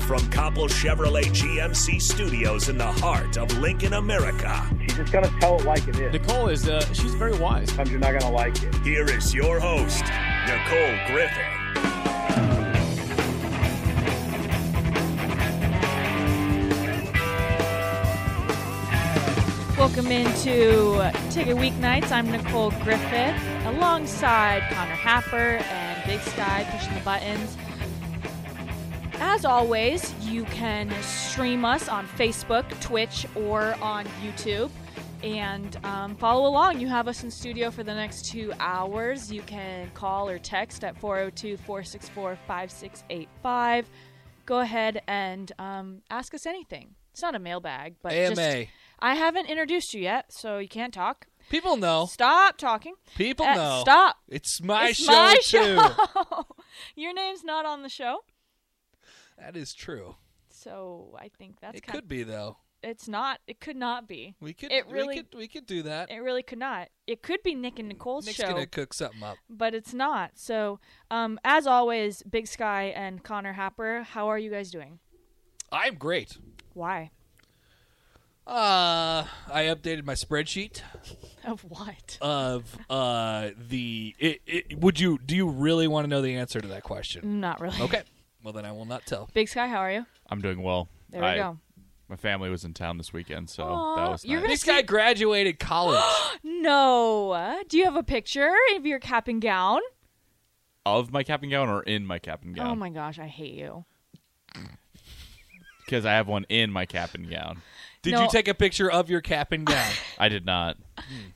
From Copple Chevrolet GMC Studios in the heart of Lincoln, America, She's just gonna tell it like it is. Nicole is uh, she's very wise. Sometimes you're not gonna like it. here is your host, Nicole Griffin. Welcome into Ticket Weeknights. I'm Nicole Griffith, alongside Connor Happer and Big Sky pushing the buttons. As always, you can stream us on Facebook, Twitch, or on YouTube. And um, follow along. You have us in studio for the next two hours. You can call or text at 402 464 5685. Go ahead and um, ask us anything. It's not a mailbag, but just- AMA. I haven't introduced you yet, so you can't talk. People know. Stop talking. Oh. People Uh, know. Stop. It's my it's show my too. show. Your name's not on the show, That is true. so I think that's it kind could be though. It's not. It could not be. We could. It we really. could. We could do that. It really could not. It could be Nick and Nicole's Nick's show, gonna cook something up. but it's not. So, um, as always, Big Sky and Connor Happer, how are you guys doing? I'm great. Why? Uh, I updated my spreadsheet Of what? of uh the. It, it, would you? Do you really want to know the answer to that question? Not really. Okay. Well then, I will not tell. Big Sky, how are you? I'm doing well. There we I- go. My family was in town this weekend, so Aw, that was you're nice. gonna This guy graduated college. No. Do you have a picture of your cap and gown? Of my cap and gown or in my cap and Oh gown? my gosh, I hate you. Because I have one in my cap and gown. Did No. you take a picture of your cap and gown? I did not.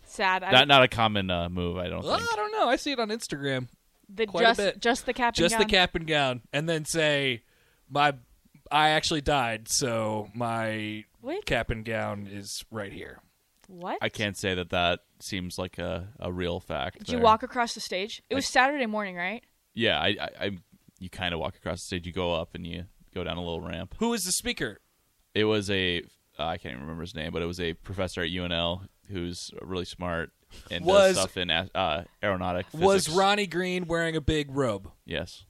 Sad. I- Not not a common uh, move, I don't Well, think. I don't know. I see it on Instagram. the quite a just bit. just the cap and just gown. the cap and gown, and then say, "My, I actually died, so my Wait. cap and gown is right here." What? I can't say that that seems like a, a real fact. Did you there. walk across the stage? It was Saturday morning, right? Yeah, I, I, I you kind of walk across the stage. You go up and you go down a little ramp. Who is the speaker? It was a uh, I can't even remember his name, but it was a professor at UNL who's really smart and Was- does stuff in a- uh, aeronautic. Was physics. Ronnie Green wearing a big robe? Yes.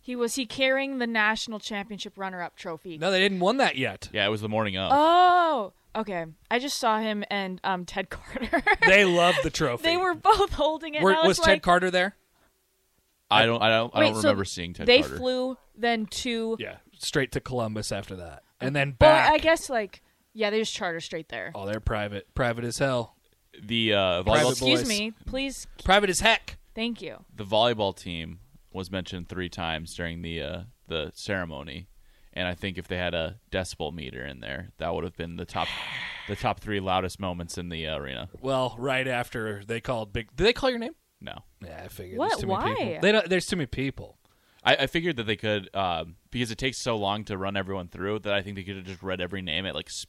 He was he carrying the national championship runner-up trophy. No, they didn't won that yet. Yeah, it was the morning of. Oh, okay. I just saw him and um Ted Carter. They love the trophy. they were both holding it. Were- and I was was, Ted like, Carter there? I don't. I don't. I Wait, don't so remember seeing Ted they Carter. flew then to. Yeah, straight to Columbus after that, and then Well, back. I guess like yeah, they just charter straight there. Oh, they're private, private as hell, the uh, Private volleyball. Excuse boys. me, please. private as heck. Thank you. The volleyball team was mentioned three times during the uh, the ceremony, and I think if they had a decibel meter in there, that would have been the top, the top three loudest moments in the arena. Well, right after they called big. Did they call your name? No, Yeah, I figured. What? There's too many Why? people. They don't, there's too many people. I, I figured that they could um, because it takes so long to run everyone through that I think they could have just read every name at like s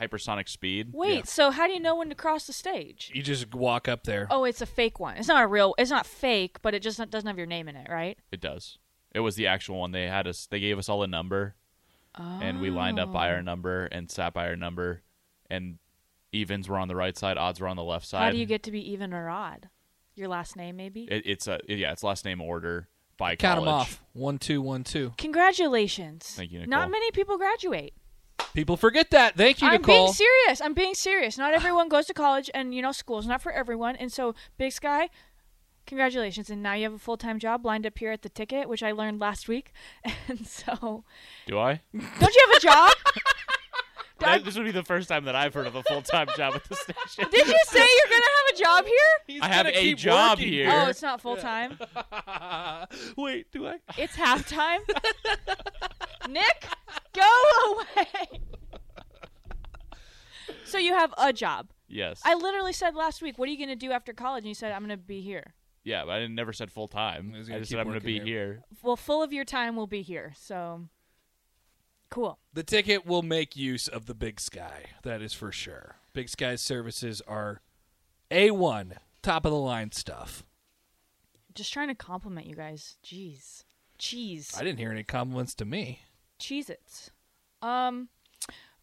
hypersonic speed. Wait, so how do you know when to cross the stage? You just walk up there. Oh, it's a fake one. It's not a real. It's not fake, but it just doesn't have your name in it, right? It does. It was the actual one. They had us. They gave us all a number, and we lined Oh. up by our number and sat by our number, and evens were on the right side, odds were on the left side. How do you get to be even or odd? Your last name, maybe. It, it's a yeah. It's last name order by Count them college. off. One, two, one, two. Congratulations. Thank you, Not Nicole. many people graduate. People forget that. Thank you, I'm Nicole. being serious. I'm being serious. Not everyone goes to college, and you know, school's not for everyone. And so, Big Sky, congratulations, and now you have a full time job lined up here at the ticket, which I learned last week. And so, Do I? don't you have a job? That- this would be the first time that I've heard of a full time job at the station. Did you say you're gonna have a job here? He's I have gonna a keep job working. here. Oh, it's not full time. Wait, do I? It's halftime. Nick, go away. so you have a job. Yes. I literally said last week, "What are you going to do after college?" And you said, "I'm going to be here." yeah, but I didn't, never said full time. I I was gonna just keep said I'm going to working be here. here. Well, full of your time will be here. So Cool. The ticket will make use of the Big Sky. That is for sure. Big Sky's services are A1, top of the line stuff. Just trying to compliment you guys. Jeez. Cheese. I didn't hear any compliments to me. Cheez Its. Um,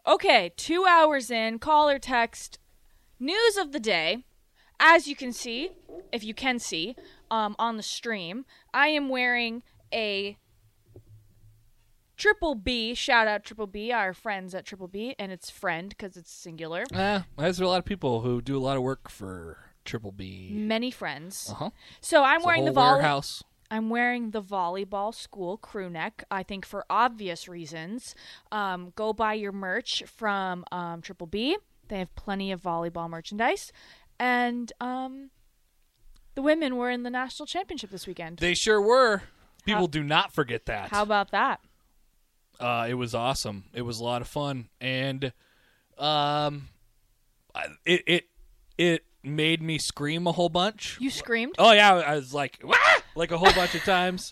okay, two hours in, call or text. News of the day. As you can see, if you can see, um, on the stream, I am wearing a Triple B. Shout out Triple B, our friends at Triple B, and it's friend because it's singular. Eh, there's a lot of people who do a lot of work for Triple B. Many friends. Uh huh. So I'm It's a wearing whole the volley. warehouse. I'm wearing the volleyball school crew neck, I think for obvious reasons. Um, go buy your merch from um, Triple B. They have plenty of volleyball merchandise. And um, the women were in the national championship this weekend. They sure were. People How- do not forget that. How about that? uh, it was awesome. It was a lot of fun, and um, I- it it it made me scream a whole bunch. You screamed? Oh yeah, I was like "Wah!" like a whole bunch of times.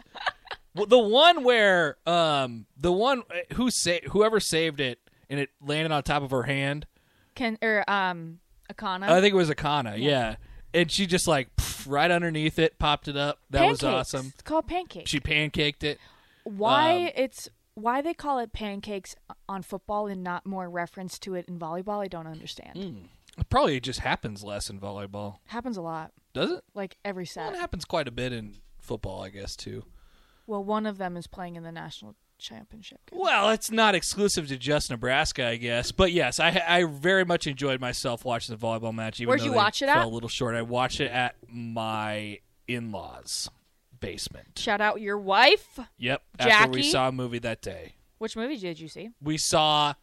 Well, the one where um the one who sa- whoever saved it and it landed on top of her hand. Can or um Akana? I think it was Akana. Yeah. And she just like pff, right underneath it popped it up. That was Pancakes. awesome. It's called pancakes. She um, pancaked it. why it's why they call it pancakes on football and not more reference to it in volleyball, I don't understand. Hmm. It probably just happens less in volleyball. Happens a lot. Does it? Like every set. Well, it happens quite a bit in football, I guess, too. Well, one of them is playing in the national championship. game. Well, it's not exclusive to just Nebraska, I guess. But yes, I I very much enjoyed myself watching the volleyball match. Even Where'd though you they watch it fell at? a little short. I watched it at my in-laws' basement. Shout out your wife. Yep. After we Jackie? saw a movie that day, Which movie did you see? we saw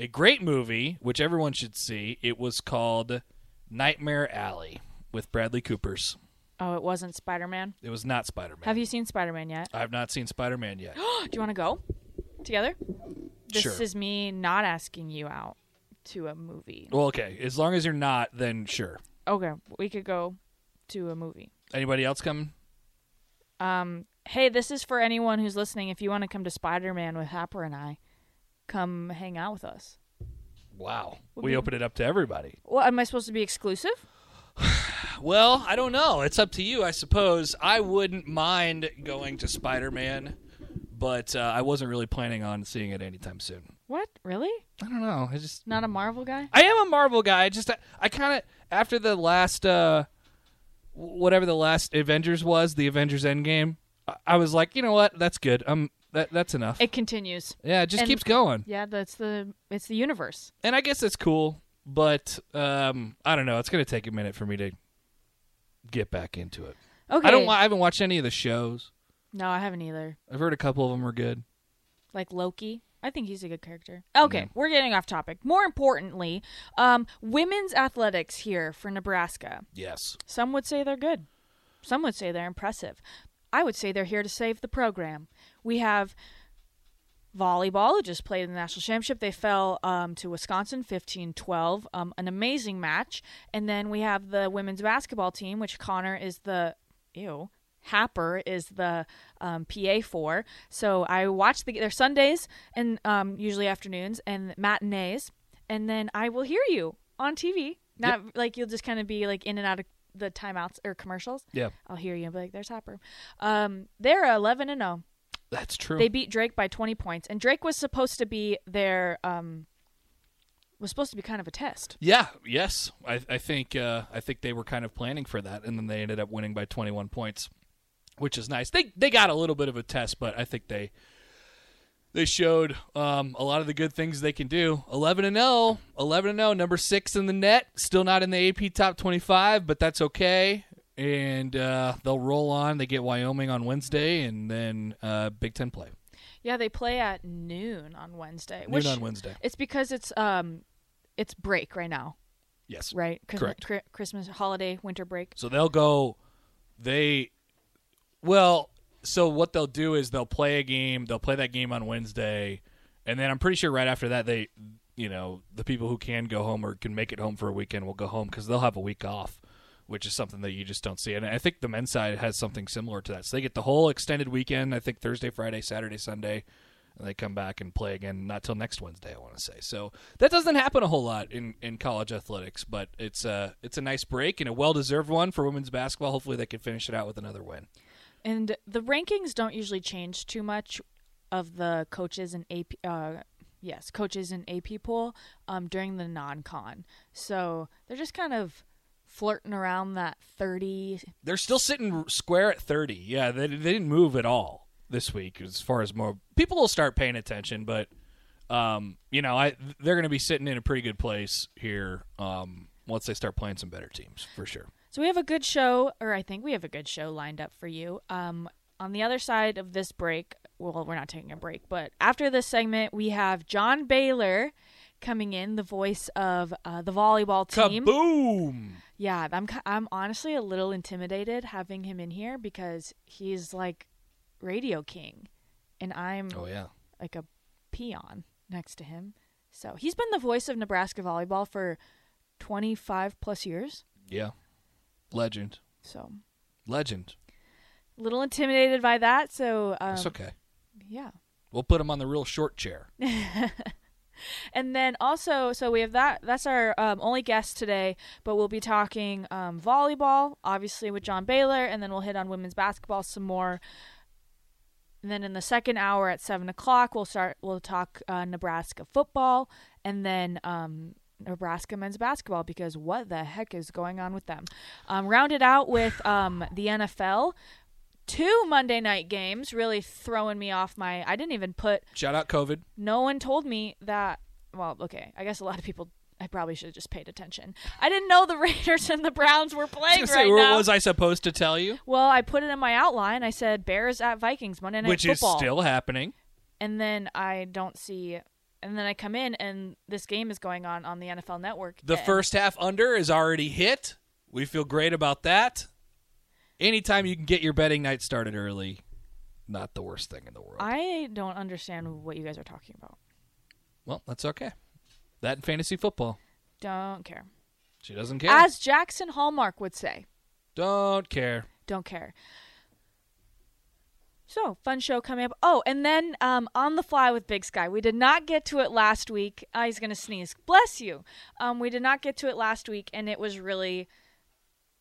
a great movie which everyone should see. It was called Nightmare Alley with Bradley Cooper's. Oh, it wasn't Spider Man. It was not Spider Man. Have you seen Spider Man yet? I've not seen Spider Man yet. Do you want to go together? This Sure. is me not asking you out to a movie. well, okay. As long as you're not, then sure. Okay, we could go to a movie. Anybody else coming? Um, hey, this is for anyone who's listening. If you want to come to Spider Man with Happer and I, come hang out with us. Wow. We open it up to everybody. Well, am I supposed to be exclusive? Well, I don't know. It's up to you, I suppose. I wouldn't mind going to Spider Man, but uh, I wasn't really planning on seeing it anytime soon. What? Really? I don't know. I just. Not a Marvel guy? I am a Marvel guy. I just. I, I kind of. After the last. uh Whatever the last Avengers was, the Avengers Endgame, I, I was like, you know what? That's good. Um, that, that's enough. It continues. yeah, it just and- keeps going. Yeah, that's the it's the universe. and I guess that's cool, but um, I don't know. It's gonna take a minute for me to get back into it. Okay. I don't. wa- I haven't watched any of the shows. No, I haven't either. I've heard a couple of them were good. Like Loki. I think he's a good character. Okay, we're getting off topic. More importantly, um, women's athletics here for Nebraska. Yes. Some would say they're good. Some would say they're impressive. I would say they're here to save the program. We have volleyball, who just played in the national championship. They fell um, to Wisconsin 15 12, um, an amazing match. And then we have the women's basketball team, which Connor is the, ew, Happer is the um, PA for. So I watch the, their Sundays and um, usually afternoons and matinees. And then I will hear you on TV. Not like you'll just kind of be like in and out of the timeouts or commercials. Yeah, I'll hear you and be like, there's Happer. Um, they're 11 and oh. 0. that's true. They beat Drake by 20 points, and Drake was supposed to be their um was supposed to be kind of a test. yeah. Yes. I, I think. Uh, I think they were kind of planning for that, and then they ended up winning by 21 points, which is nice. They they got a little bit of a test, but I think they they showed um, a lot of the good things they can do. 11 and 0, 11 and 0, number six in the net. Still not in the AP top 25, but that's okay. And uh, they'll roll on. They get Wyoming on Wednesday, and then uh, Big Ten play Yeah, they play at noon on Wednesday. noon which- on Wednesday. It's because it's um it's break right now, Yes, right? Christmas, Correct. Chri- Christmas holiday, winter break. So they'll go. They, well, so what they'll do is they'll play a game. They'll play that game on Wednesday, and then I'm pretty sure right after that they, you know, the people who can go home or can make it home for a weekend will go home because they'll have a week off, which is something that you just don't see. And I think the men's side has something similar to that. So they get the whole extended weekend. I think Thursday, Friday, Saturday, Sunday. and they come back and play again not till next Wednesday, I want to say. So that doesn't happen a whole lot in, in college athletics, but it's a it's a nice break and a well deserved one for women's basketball. Hopefully, they can finish it out with another win. And the rankings don't usually change too much of the coaches and AP. Uh, yes, coaches and AP pool um, during the non-con. So they're just kind of flirting around that thirty. They're still sitting square at thirty. Yeah, they, they didn't move at all this week as far as more people will start paying attention, but um, you know, I they're going to be sitting in a pretty good place here um, once they start playing some better teams for sure. So we have a good show, or I think we have a good show lined up for you. Um, on the other side of this break, well, we're not taking a break, but after this segment, we have John Baylor coming in, the voice of uh, the volleyball team. Kaboom! Yeah, I'm ki- I'm honestly a little intimidated having him in here because he's like radio king, and I'm Oh yeah. like a peon next to him. So he's been the voice of Nebraska volleyball for 25 plus years. Yeah. Legend. So Legend. a little intimidated by that. So um, It's okay. yeah. We'll put him on the real short chair. And then also, so we have that. That's our um, only guest today, but we'll be talking um, volleyball, obviously, with John Baylor, and then we'll hit on women's basketball some more. And then in the second hour at seven o'clock, we'll start. We'll talk uh, Nebraska football, and then um, Nebraska men's basketball because what the heck is going on with them? Um, round it out with um, the NFL. Two Monday night games really throwing me off my. I didn't even put Shout out COVID. no one told me that well okay i guess a lot of people i probably should have just paid attention i didn't know the raiders and the browns were I playing was right gonna say, what now was I supposed to tell you? well i put it in my outline i said bears at vikings monday night Which football is still happening. and then i don't see and then i come in and this game is going on on the nfl network The And- first half under is already hit. We feel great about that. Anytime you can get your betting night started early, not the worst thing in the world. i don't understand what you guys are talking about well, that's okay. That and fantasy football. don't care She doesn't care. as jackson hallmark would say Don't care. don't care. So fun show coming up. Oh, and then um, on the fly with Big Sky, we did not get to it last week. I was gonna sneeze. Bless you. Um, we did not get to it last week, and it was really,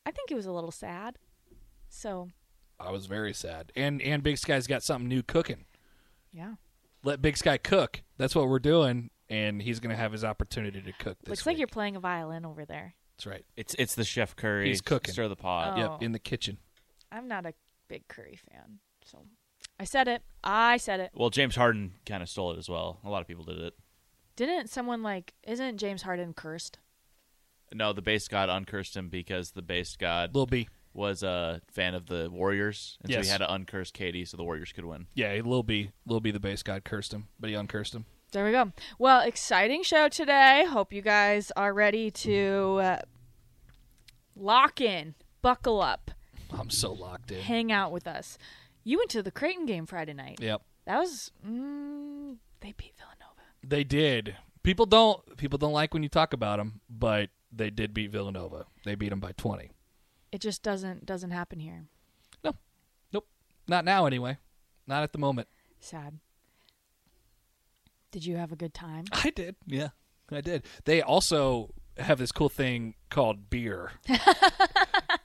I think it was a little sad. So I was very sad. And and Big Sky's got something new cooking. yeah, Let Big Sky cook. That's what we're doing. And he's gonna have his opportunity to cook this looks like week. you're playing a violin over there. That's right. It's it's the chef curry. He's cooking. Stir the pot. Oh. Yep, in the kitchen. I'm not a big Curry fan, so I said it. I said it. Well, James Harden kind of stole it as well. A lot of people did it. Didn't someone like? Isn't James Harden cursed? No, the base god uncursed him because the base god Lil B. was a fan of the Warriors, and so Yes. he had to uncurse Katie so the Warriors could win. Yeah, Lil B. Lil B the bass god cursed him, but he uncursed him. There we go. Well, exciting show today. Hope you guys are ready to uh, lock in, buckle up, I'm so locked in. hang out with us. You went to the Creighton game Friday night. Yep. That was mm, they beat Villanova. They did. People don't people don't like when you talk about them, but they did beat Villanova. They beat them by 20. It just doesn't doesn't happen here. No. Nope. Not now anyway. Not at the moment. Sad. Did you have a good time? I did. Yeah, I did. They also have this cool thing called beer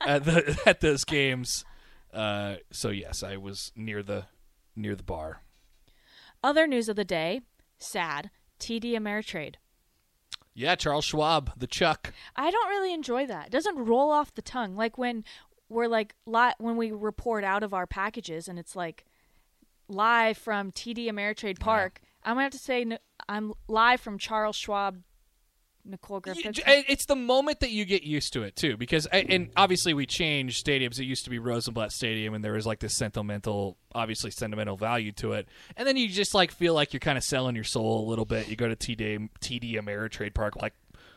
at, the, at those games. Uh, so yes, I was near the near the bar. Other news of the day. Sad. TD Ameritrade. Yeah, Charles Schwab, the Chuck. I don't really enjoy that. It doesn't roll off the tongue. Like when we're like li- when we report out of our packages and it's like live from TD Ameritrade Park. I'm gonna have to say n I'm live from Charles Schwab, Nicole You- Griffith. it- it's the moment that you get used to it too, because I, and obviously we changed stadiums. It used to be Rosenblatt Stadium, and there was like this sentimental, obviously sentimental value to it. And then you just like feel like you're kind of selling your soul a little bit. You go to TD TD Ameritrade Park, like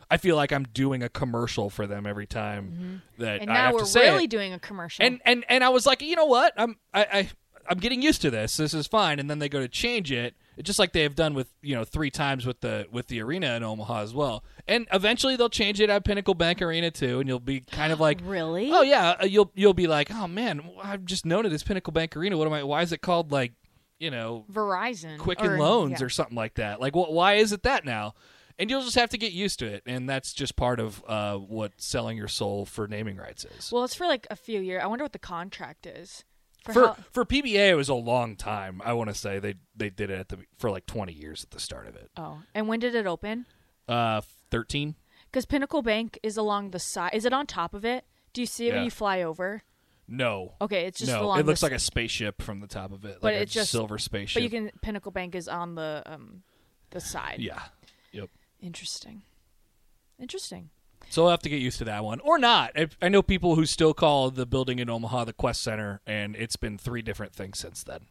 I feel like I'm doing a commercial for them every time that Mm-hmm. and I have now we're to say really it. doing a commercial. And and and I was like, you know what? I'm I, I I'm getting used to this. This is fine. And then they go to change it, just like they have done with you know three times with the with the arena in Omaha as well. And eventually they'll change it at Pinnacle Bank Arena too, and you'll be kind of like, Really? Oh yeah, uh, you'll you'll be like, oh man, I've just known it as Pinnacle Bank Arena. What am I? Why is it called like? you know, Verizon, Quicken or- Loans yeah. or something like that. Like, wh- why is it that now? And you'll just have to get used to it, and that's just part of uh, what selling your soul for naming rights is. Well, it's for like a few years. I wonder what the contract is. For, for how- for PBA, it was a long time. I want to say they they did it at the for like twenty years at the start of it. oh, and when did it open? Uh, thirteen. Because Pinnacle Bank is along the side. Is it on top of it? Do you see it when Yeah. you fly over? No. Okay, it's just no. along it looks the like a spaceship from the top of it, But like a it's just- silver But spaceship. you can Pinnacle Bank is on the um the side. yeah. Yep. Interesting. Interesting. So I'll have to get used to that one, or not. I, I know people who still call the building in Omaha the Quest Center, and it's been three different things since then.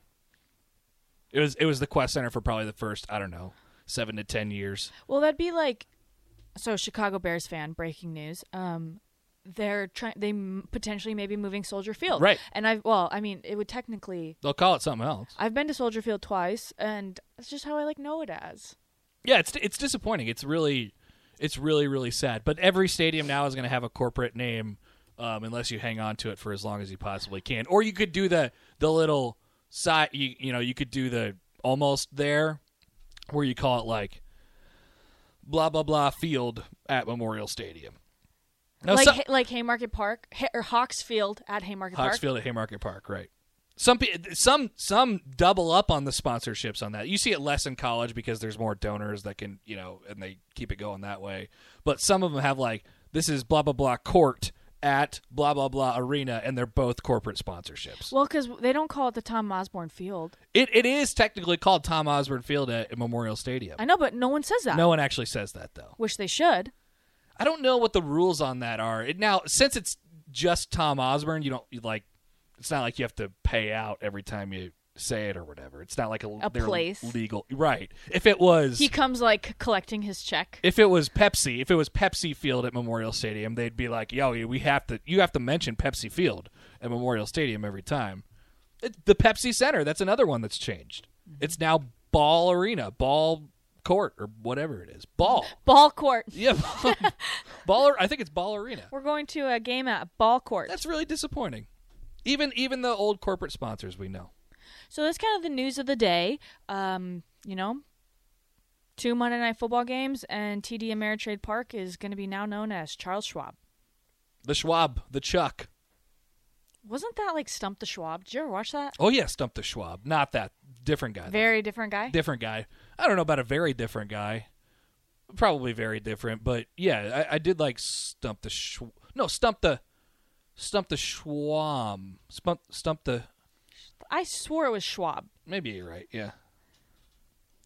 It was it was the Quest Center for probably the first I don't know seven to ten years. Well, that'd be like so Chicago Bears fan breaking news. Um they're trying they m- potentially maybe moving Soldier Field. Right. And I've well, I mean, it would technically They'll call it something else. I've been to Soldier Field twice and that's just how I like know it as. Yeah, it's it's disappointing. It's really it's really really sad. But every stadium now is going to have a corporate name, um, unless you hang on to it for as long as you possibly can. Or you could do the the little side. You, you know, you could do the almost there, where you call it like blah blah blah field at Memorial Stadium. Now, like some- Ha- like Haymarket Park Ha- or Hawks Field at Haymarket Park. Hawksfield at Haymarket Park, right? Some pe- some some double up on the sponsorships on that. You see it less in college because there's more donors that can you know, and they keep it going that way. But some of them have like this is blah blah blah court at blah blah blah arena, and they're both corporate sponsorships. Well, because they don't call it the Tom Osborne Field. it it is technically called Tom Osborne Field at Memorial Stadium. I know, but no one says that. No one actually says that though. Which they should. I don't know what the rules on that are. It, now, since it's just Tom Osborne, you don't you like. It's not like you have to pay out every time you say it or whatever. It's not like a, A they're place. legal, right? If it was, He comes like collecting his check. if it was Pepsi, if it was Pepsi Field at Memorial Stadium, they'd be like, "Yo, we have to. You have to mention Pepsi Field at Memorial Stadium every time." It, the Pepsi Center. That's another one that's changed. Mm-hmm. It's now Ball Arena, Ball Court, or whatever it is. Ball. Ball court. Yeah, Ball. I think it's Ball Arena. We're going to a game at Ball Court. That's really disappointing. Even even the old corporate sponsors we know. so that's kind of the news of the day. Um, you know, two Monday night football games, and TD Ameritrade Park is going to be now known as Charles Schwab. The Schwab, the Chuck. Wasn't that like Stump the Schwab? Did you ever watch that? Oh yeah, stump the Schwab. Not that different guy. though. Very different guy. different guy. I don't know about a very different guy. Probably very different, but yeah, I, I did like stump the Sch- no stump the stump the Schwam stump stump the I swore it was Schwab. maybe you're right yeah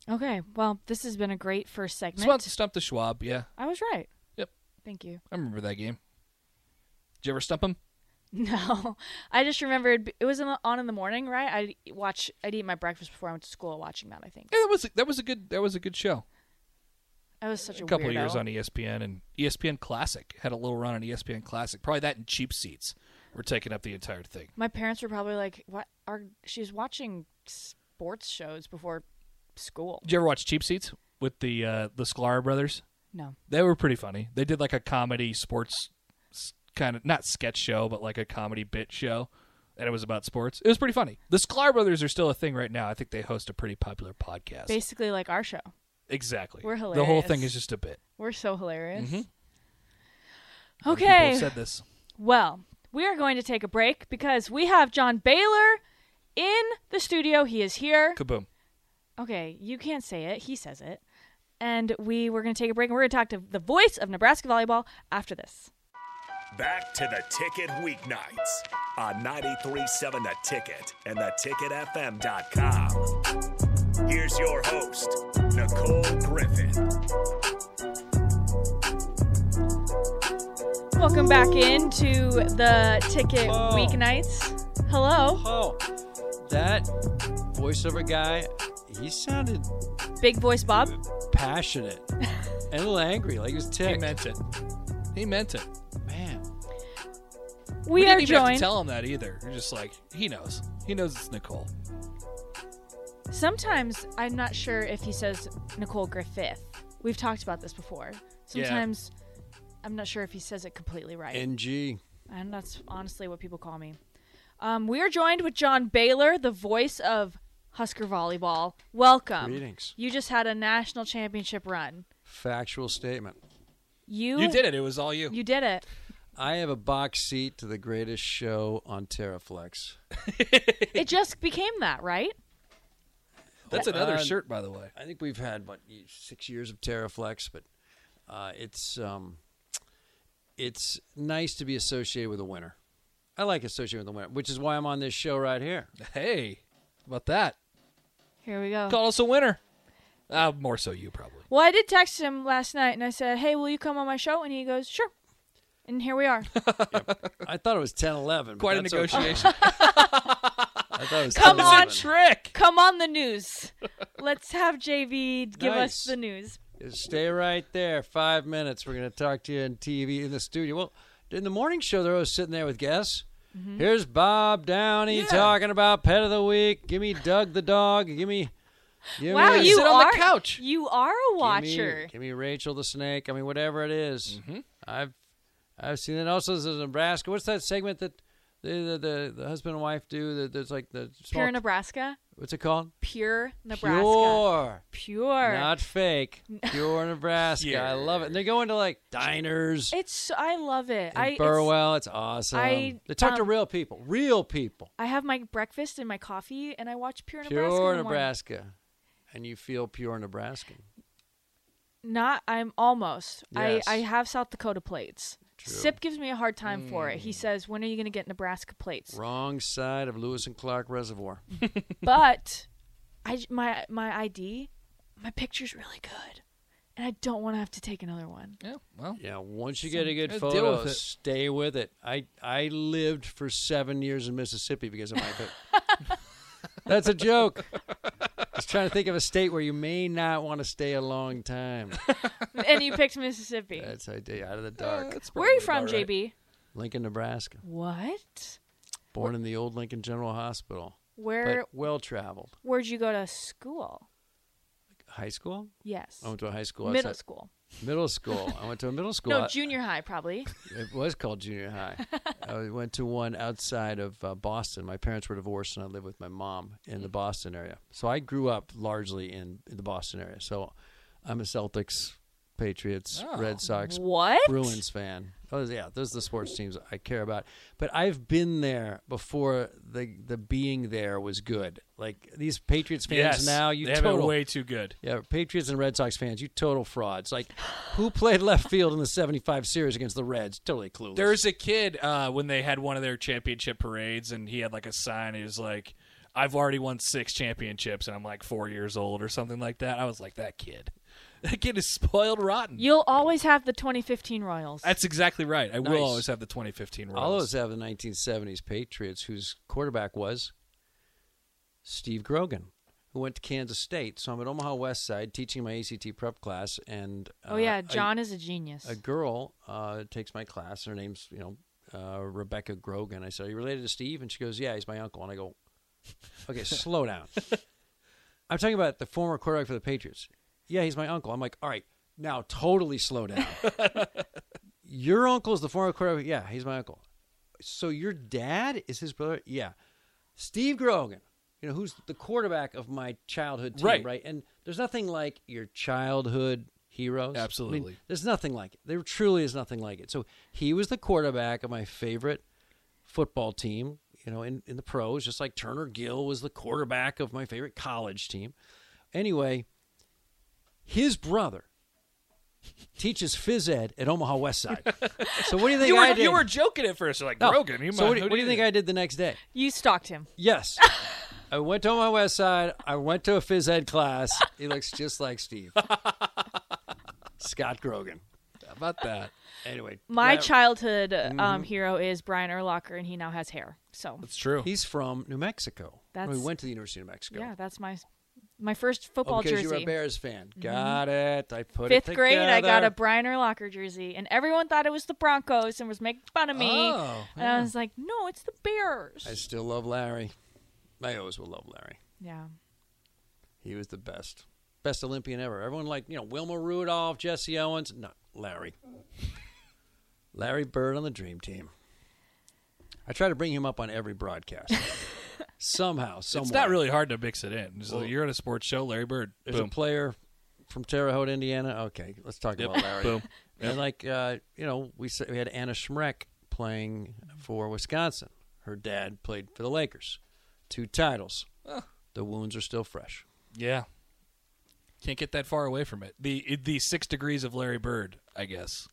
Okay, well, this has been a great first segment. stump, stump the Schwab yeah I was right. Yep. Thank you. I remember that game. Did you ever stump him? No, I just remembered it was in the- on in the morning, right? I watch. I'd eat my breakfast before I went to school, watching that. I think Yeah, that was that was a good that was a good show. I was such a, a couple weirdo. of years on E ESPN and ESPN Classic had a little run on E ESPN Classic. Probably that and cheap seats were taking up the entire thing. My parents were probably like, "What are she's watching sports shows before school?" Did you ever watch Cheap Seats with the uh, the Sklar brothers? No, They were pretty funny. They did like a comedy sports kind of not sketch show, but like a comedy bit show, and it was about sports. It was pretty funny. The Sklar brothers are still a thing right now. I think they host a pretty popular podcast. basically like our show. exactly. We're The whole thing hilarious. is just a bit. We're so hilarious. Mm-hmm. People Okay, have said this. well, we are going to take a break because we have John Baylor in the studio. He is here. Kaboom. Okay, you can't say it. He says it. And we were going to take a break and we're going to talk to the voice of Nebraska volleyball after this. Back to the ticket weeknights on 937 The Ticket and theticketfm.com. Here's your host, Nicole Griffin. Welcome back into the ticket weeknights. Hello, Oh, that voiceover guy, he sounded Big Voice Bob. passionate and a little angry, like he was He ticked. meant it. He meant it. Man, didn't We, are even have to joined. tell him that either. You're just like he knows. He knows it's Nicole. Sometimes I'm not sure if he says Nicole Griffith. We've talked about this before. Yeah. Sometimes I'm not sure if he says it completely right. NG. And that's honestly what people call me. Um, we are joined with John Baylor, the voice of Husker volleyball. Welcome. Greetings. You just had a national championship run. Factual statement. You You did it. It was all you. You did it. I have a box seat to the greatest show on Terraflex. It just became that, right? That's another Uh, shirt, by the way. I think we've had what y- six years of Terraflex, but uh, it's um, it's nice to be associated with a winner. I like associating with a winner, which is why I'm on this show right here. Hey, how about that? Here we go. Call us a winner. Uh, more so you probably. Well, I did text him last night and I said, "Hey, will you come on my show?" And he goes, "Sure." And here we are. I thought it was 10 11. Quite a negotiation. I thought it was Come 10, on, 11. Trick. come on the news. Let's have JV give us Nice. the news. Just Stay right there. Five minutes. We're going to talk to you in TV in the studio. Well, in the morning show, they're always sitting there with guests. Mm-hmm. Here's Bob Downey talking about pet of the week. Give me Doug the dog. Give me. Give Wow, me you Sit are on the couch. You are a watcher. Give me, give me Rachel the snake. I mean, whatever it is. I've I've seen it. Also, there's a Nebraska. What's that segment that the the, the, the husband and wife do? That there's like the small, Pure Nebraska. what's it called? Pure Nebraska. Pure. Pure. Not fake. Pure Nebraska. I love it. And they go into like diners it's so- I love it. in I it's- Burwell. It's, awesome. I, they talk to um, real people. Real people. I have my breakfast and my coffee and I watch Pure Nebraska. in the Pure morning. Nebraska. And you feel pure Nebraskan. Not I'm almost. Yes. I I have South Dakota plates. Sip gives me a hard time for it. He Mm. says, "When are you going to get Nebraska plates?" Wrong side of Lewis and Clark Reservoir. but I j- my my ID, my picture's really good, and I don't want to have to take another one. Yeah, well, Yeah, once you get a good Just deal photo, with it. stay with it. I I lived for seven years in Mississippi because of my pic. That's a joke. I was trying to think of a state where you may not want to stay a long time. and you picked Mississippi. That's I did out of the dark. Where are you from, JB? Lincoln, Nebraska. What? Born in the old Lincoln General Hospital, Where but well traveled. Where'd you go to school? High school? Yes. I went to a high school. Middle outside- school. Middle school. I went to a middle school. No, out- junior high probably. It was called junior high. I went to one outside of uh, Boston. My parents were divorced, and I lived with my mom in the Boston area. So I grew up largely in, in the Boston area. So I'm a Celtics, Patriots, Red Sox, what? Bruins fan. Oh yeah, those are the sports teams I care about. But I've been there before. The the being there was good. Like these Patriots fans Yes. now, you they have total it way too good. yeah, Patriots and Red Sox fans, you total frauds. Like, who played left field in the 75 series against the Reds? Totally clueless. There's a kid uh, when they had one of their championship parades, and he had like a sign. He was like, "I've already won six championships, and I'm like four years old or something like that." I was like, "That kid, that kid is spoiled rotten." You'll always have the 2015 Royals. That's exactly right. I Nice. will always have the 2015 Royals. All those have the 1970s Patriots, whose quarterback was Steve Grogan, who went to Kansas State. So I'm at Omaha West Side teaching my ACT prep class, and oh uh, yeah, a- John is a genius. A, girl uh, takes my class. and Her name's you know uh, Rebecca Grogan. I said, "Are you related to Steve?" And she goes, "Yeah, he's my uncle." And I go, "Okay, slow down." I'm talking about the former quarterback for the Patriots. Yeah, he's my uncle. I'm like, all right, now totally slow down. Your uncle's the former quarterback. Yeah, he's my uncle. So your dad is his brother. Yeah, Steve Grogan. You know who's the quarterback of my childhood team, Right. right? And there's nothing like your childhood heroes. I mean, Absolutely. there's nothing like it. There truly is nothing like it. So he was the quarterback of my favorite football team, you know, in, in the pros, just like Turner Gill was the quarterback of my favorite college team. Anyway, his brother teaches phys ed at Omaha West Side. so what do you think you I were, did? you were joking at first, like No. Grogan. You so might- what, do- who what do you think I did the next day? you stalked him. Yes. I went to Omaha West Side. I went to a phys ed class. He looks just like Steve. Scott Grogan. How about that? Anyway, My that- childhood Mm-hmm. um, hero is Brian Erlocker, and he now has hair. So It's true. He's from New Mexico. Well, That's- he went to the University of New Mexico. yeah, that's my my first Oh, football because you were a jersey. Mm-hmm. Bears fan. Got it. I put it Fifth together. grade, I got a Brian Erlocker jersey, and everyone thought it was the Broncos and was making fun of me. Oh, and I was like, no, it's the Bears. I still love Larry. I always will love Larry. yeah. He was the best, best Olympian ever. Everyone like you know Wilma Rudolph, Jesse Owens. No, Larry. Larry Bird on the Dream Team. I try to bring him up on every broadcast. somehow, somewhere. It's not really hard to mix it in. It's like, Well- you're at a sports show, Larry Bird. There's Boom. a player from Terre Haute, Indiana. Okay, let's talk Yep. about Larry. Boom. And like uh, you know, we said we had Anna Schmreck playing for Wisconsin. Her dad played for the Lakers. Two titles. The wounds are still fresh. Yeah. Can't get that far away from it. The it- the six degrees of Larry Bird, I guess.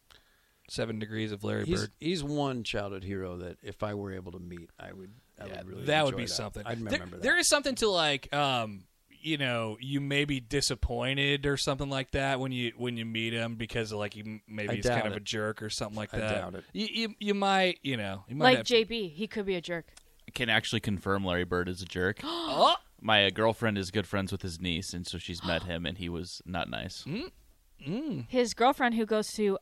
Seven degrees of Larry He's, Bird. he's one childhood hero that if I were able to meet, I would. I would really that would enjoy be something. I'd There- remember that. There is something to like, um, you know, you may be disappointed or something like that when you when you meet him because like you, maybe I he's kind doubt of a it. jerk or something like I that. doubt it. You, you you might you know you might Like have- JB, he could be a jerk. can actually confirm Larry Bird is a jerk. Oh! My uh, girlfriend is good friends with his niece, and so she's met him, and he was not nice. Hmm? His girlfriend who goes to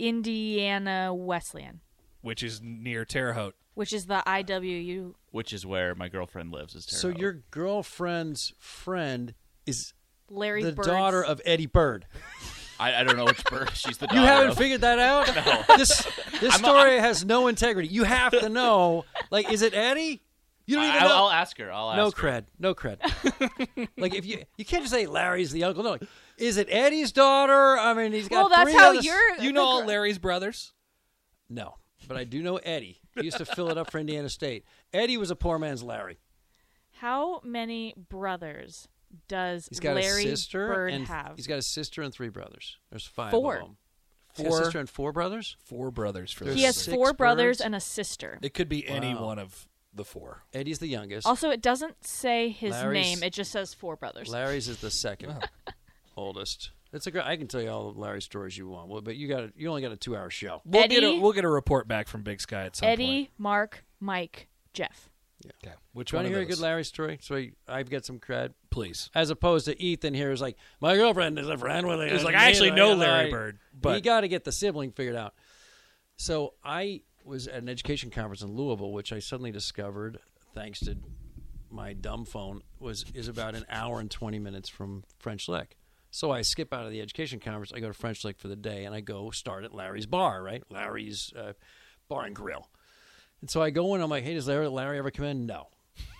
Indiana Wesleyan, which is near Terre Haute. which is the IWU. Which is where my girlfriend lives. Is Terre so Haute. your girlfriend's friend is Larry the Bird's- daughter of Eddie Bird. I, I don't know which bird she's the. You daughter haven't of. figured that out. This this story has no integrity. You have to know. Like, is it Eddie? You don't I, even know. I'll ask her. I'll ask. no her. cred. No cred. like if you you can't just say Larry's the uncle. No, like, is it Eddie's daughter? I mean, he's got. Well, that's three how others- you're. You the know all gr- Larry's brothers. No, but I do know Eddie. He used to fill it up for Indiana State. Eddie was a poor man's Larry. How many brothers does He's got Larry a sister Bird and have? he's got a sister and three brothers. There's five. Four. Of them. He's got a Four. sister and four brothers. Four brothers for There's he has six four brothers birds. and a sister. It could be any Wow. one of the four. Eddie's the youngest. Also, it doesn't say his Larry's- name. It just says four brothers. Larry's is the second oldest. It's a great. I can tell you all the Larry stories you want, well, but you got you only got a two hour show. We'll get a Eddie- we'll get a report back from Big Sky at some Eddie, point. Mark, Mike, Jeff. Okay. Which Do you one want of to hear a those? good Larry story? So I've got some cred. Please. as opposed to Ethan here is like my girlfriend is a friend with it. He's like, I actually know Larry Bird, but- we got to get the sibling figured out. So I was at an education conference in Louisville, which I suddenly discovered, thanks to my dumb phone, was is about an hour and twenty minutes from French Lick. So I skip out of the education conference. I go to French Lick for the day, and I go start at Larry's bar, right? Larry's uh, bar and grill. And so I go in. I'm like, Hey, does Larry, Larry ever come in? No,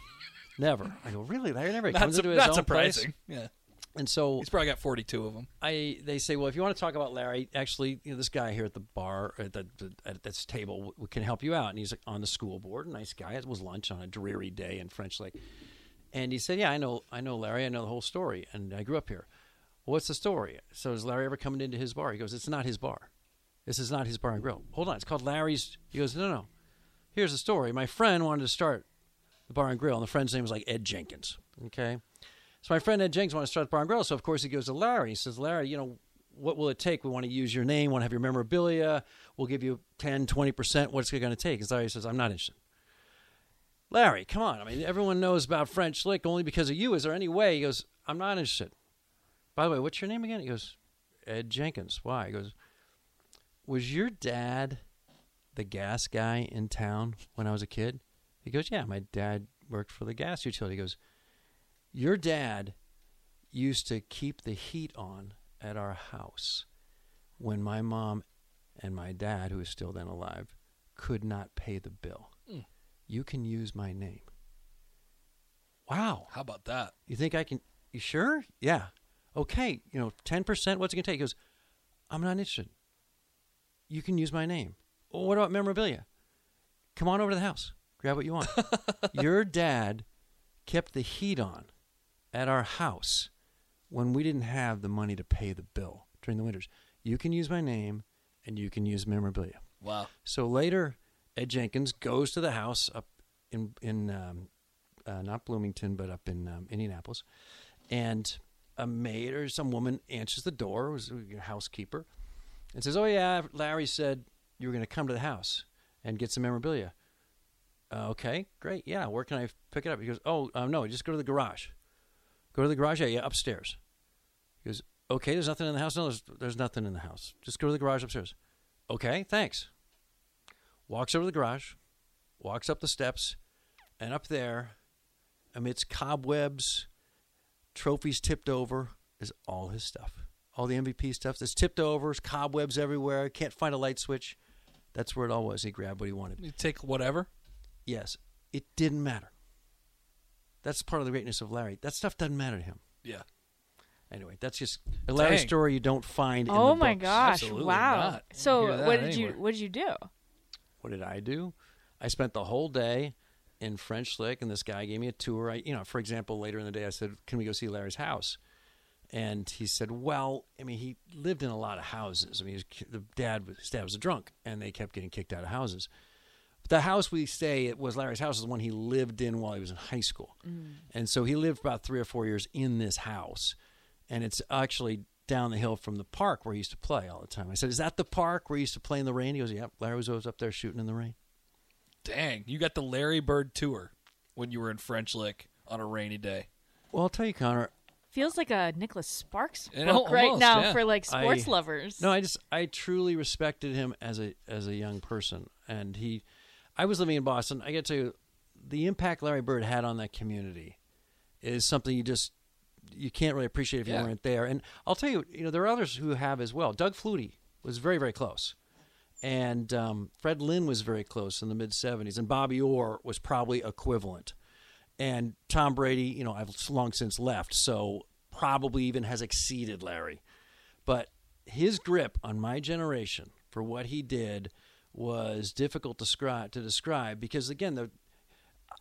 never. I go, Really? Larry never Not, comes su- into his not own place. surprising. Yeah. And so He's probably got 42 of them. I they say, well, if you want to talk about Larry, actually, you know, this guy here at the bar at, the, the, at this table w- w- can help you out, and he's on the school board, nice guy. It was lunch on a dreary day in French Lake, and he said, yeah, I know, I know Larry, I know the whole story, and I grew up here. Well, what's the story? So is Larry ever coming into his bar? He goes, it's not his bar. This is not his bar and grill. Hold on, it's called Larry's. He goes, no, no. Here's the story. My friend wanted to start the bar and grill, and the friend's name was like Ed Jenkins. Okay. So my friend Ed Jenks wanted to start the Bar and Grill, so of course he goes to Larry. He says, Larry, you know, what will it take? We want to use your name, want to have your memorabilia. We'll give you 10, 20%. What's it going to take? And Larry says, I'm not interested. Larry, come on. I mean, everyone knows about French Lick only because of you. Is there any way? He goes, I'm not interested. By the way, what's your name again? He goes, Ed Jenkins. Why? He goes, Was your dad the gas guy in town when I was a kid? He goes, Yeah, my dad worked for the gas utility. He goes, your dad used to keep the heat on at our house when my mom and my dad, who is still then alive, could not pay the bill. You can use my name. Wow. How about that? You think I can? You sure? Yeah. Okay. You know, 10%, what's it going to take? He goes, I'm not interested. You can use my name. Well, what about memorabilia? Come on over to the house. Grab what you want. Your dad kept the heat on at our house when we didn't have the money to pay the bill during the winters. You can use my name and you can use memorabilia. Wow. So later, Ed Jenkins goes to the house up in in um, uh, not Bloomington, but up in um, Indianapolis, and a maid or some woman answers the door, it was a housekeeper, and says, "Oh yeah, Larry said you were going to come to the house and get some memorabilia." Uh, okay, great. Yeah, where can I pick it up? He goes, "Oh um, no, just go to the garage. Go to the garage. Yeah, yeah, upstairs." He goes, "Okay, there's nothing in the house. No, there's, there's nothing in the house. Just go to the garage upstairs." Okay, thanks walks over to the garage, walks up the steps, and up there, amidst cobwebs, trophies tipped over, is all his stuff. All the MVP stuff that's tipped over, is cobwebs everywhere, can't find a light switch. That's where it all was. He grabbed what he wanted. You take whatever. Yes, it didn't matter. That's part of the greatness of Larry. That stuff doesn't matter to him. Yeah. Anyway, that's just a Larry Dang. story you don't find. in Oh the my books. gosh! Absolutely wow. not. I don't So hear what that did you anywhere. what did you do? what did I do? I spent the whole day in French Lick, and this guy gave me a tour. I, you know, for example, later in the day, I said, "Can we go see Larry's house?" And he said, "Well, I mean, he lived in a lot of houses. I mean, his, the dad, was- his dad was a drunk, and they kept getting kicked out of houses. But the house we say it was Larry's house is the one he lived in while he was in high school, and so he lived about three or four years in this house, and it's actually." Down the hill from the park where he used to play all the time. I said, Is that the park where he used to play in the rain? He goes, Yep, Larry was always up there shooting in the rain. Dang, you got the Larry Bird tour when you were in French Lick on a rainy day. Well, I'll tell you, Connor. Feels like a Nicholas Sparks It book al- right almost, now yeah. for like sports I- lovers. No, I just I truly respected him as a as a young person, and he, I was living in Boston. I got to tell you, the impact Larry Bird had on that community is something you just you can't really appreciate if Yeah. you weren't there. And I'll tell you, you know, there are others who have as well. Doug Flutie was very very close, and um, Fred Lynn was very close in the mid '70s, and Bobby Orr was probably equivalent. And Tom Brady, you know, I've long since left, so probably even has exceeded Larry. But his grip on my generation for what he did was difficult to describe, to describe because, again, the,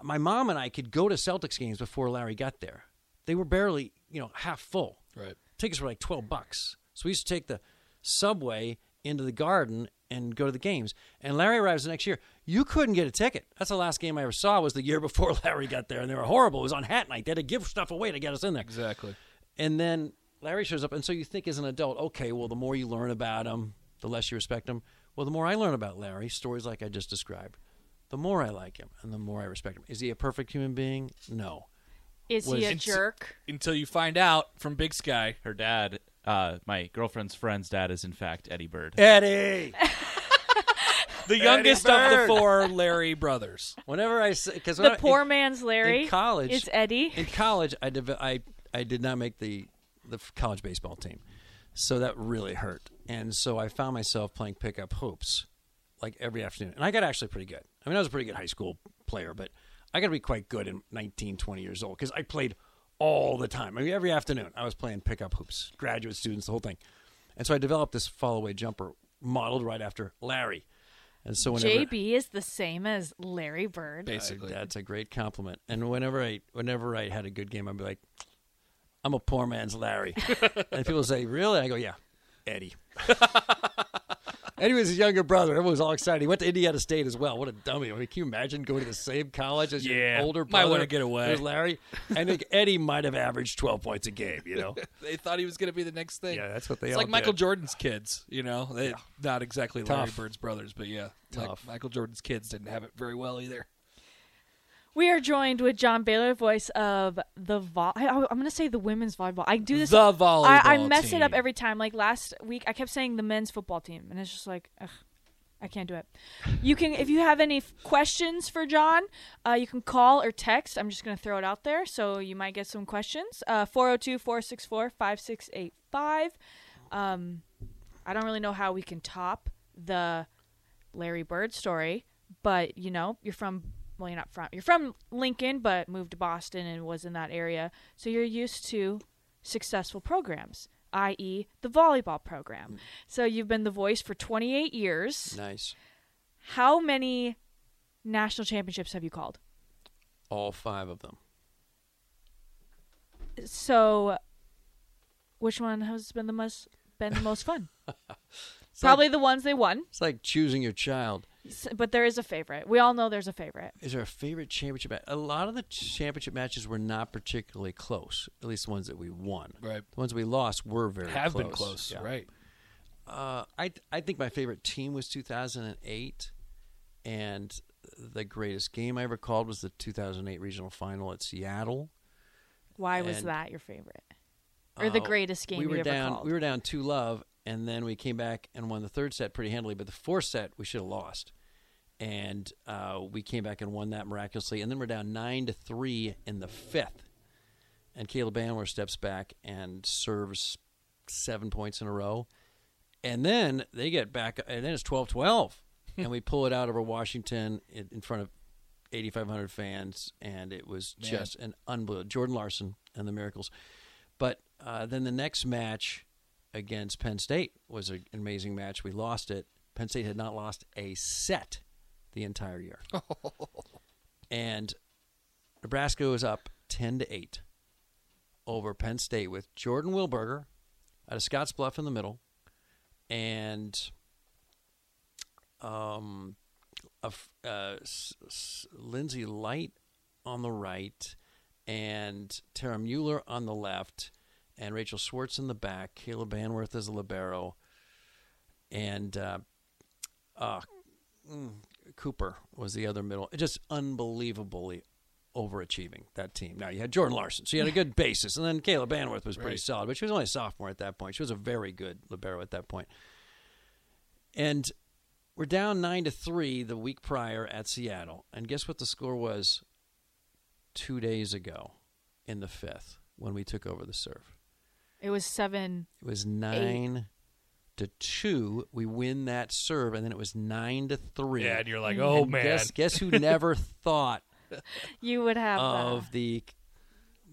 my mom and I could go to Celtics games before Larry got there. They were barely, you know, half full. Right. Tickets were like 12 bucks. So we used to take the subway into the garden and go to the games. And Larry arrives the next year. You couldn't get a ticket. That's the last game I ever saw was the year before Larry got there. And they were horrible. It was on hat night. They had to give stuff away to get us in there. Exactly. And then Larry shows up, and so you think as an adult, okay, well, the more you learn about him, the less you respect him. Well, the more I learn about Larry, stories like I just described, the more I like him and the more I respect him. Is he a perfect human being? No. Is he a Ins- jerk? Until you find out from Big Sky. Her dad, uh, my girlfriend's friend's dad, is in fact Eddie Bird. Eddie! The youngest of the four Larry brothers. Whenever I say, because The poor man's Larry. in college- It's Eddie. in college, I, dev- I, I did not make the, the f- college baseball team. So that really hurt. And so I found myself playing pickup hoops like every afternoon. And I got actually pretty good. I mean, I was a pretty good high school player, but I got to be quite good at 19, 20 years old because I played all the time. I mean, every afternoon I was playing pickup hoops, graduate students, the whole thing. And so I developed this fall away jumper modeled right after Larry. And so whenever JB is the same as Larry Bird. Basically. that's a great compliment. And whenever I whenever I had a good game, I'd be like, "I'm a poor man's Larry," and people say, "Really?" I go, "Yeah, Eddie." Eddie was his younger brother. Everyone was all excited. He went to Indiana State as well. What a dummy! I mean, can you imagine going to the same college as Yeah, your older might brother? wanna get away. with Larry. I think Eddie might have averaged twelve points a game. You know, They thought he was going to be the next thing. Yeah, that's what they It's all like Michael did. Jordan's kids, you know? They, Not exactly Larry Tough. Bird's brothers, but yeah. like Tough. Michael Jordan's kids didn't have it very well either. We are joined with John Baylor, voice of the vo- I, am going to say the women's volleyball. I do this. The volleyball I, I mess it up team. every time. Like last week, I kept saying the men's football team, and it's just like, ugh, I can't do it. You can, if you have any f- questions for John, uh, you can call or text. I'm just going to throw it out there, so you might get some questions. Uh, 402 464 5685. I don't really know how we can top the Larry Bird story, but you know, you're from well, you're not from you're from Lincoln, but moved to Boston and was in that area, so you're used to successful programs, i.e., the volleyball program. So you've been the voice for 28 years. nice. How many national championships have you called? All five of them. So, which one has been the most been the most fun? Probably the ones they won, It's like choosing your child. s- but there is a favorite. We all know there's a favorite. Is there a favorite championship? Match? A lot of the championship matches were not particularly close. At least the ones that we won. Right. The ones we lost were very Have close. been close, Yeah. right? Uh, I I think my favorite team was 2008, and the greatest game I ever called was the 2008 regional final at Seattle. Why was And- that your favorite? Or the Uh, greatest game we you were ever down. called? We were down two love, and then we came back and won the third set pretty handily. But the fourth set we should have lost, and uh, we came back and won that miraculously. And then we're down nine to three in the fifth, and Caleb Banwer steps back and serves seven points in a row, and then they get back, and then it's 12-12, and we pull it out over Washington in, in front of 8,500 fans, and it was just an unbelievable Jordan Larson and the Miracles. But uh, then the next match against Penn State was an amazing match. We lost it. Penn State had not lost a set the entire year, and Nebraska was up 10 to eight over Penn State with Jordan Wilberger out of Scotts Bluff in the middle, and um, a f- uh, S- S- Lindsay Light on the right, and Tara Mueller on the left, and Rachel Schwartz in the back. Caleb Banworth as a libero, and uh, uh, mm, Cooper was the other middle. Just unbelievably overachieving that team. Now you had Jordan Larson, so you had a good basis, and then Caleb Banworth was pretty solid, but she was only a sophomore at that point. She was a very good libero at that point and we're down nine to three the week prior at Seattle. And guess what the score was two days ago in the fifth when we took over the serve? It was seven. It was nine to two. We win that serve, and then it was nine to three. Yeah, and you're like, Mm-hmm. oh And man, guess guess who never thought You would have. that. of the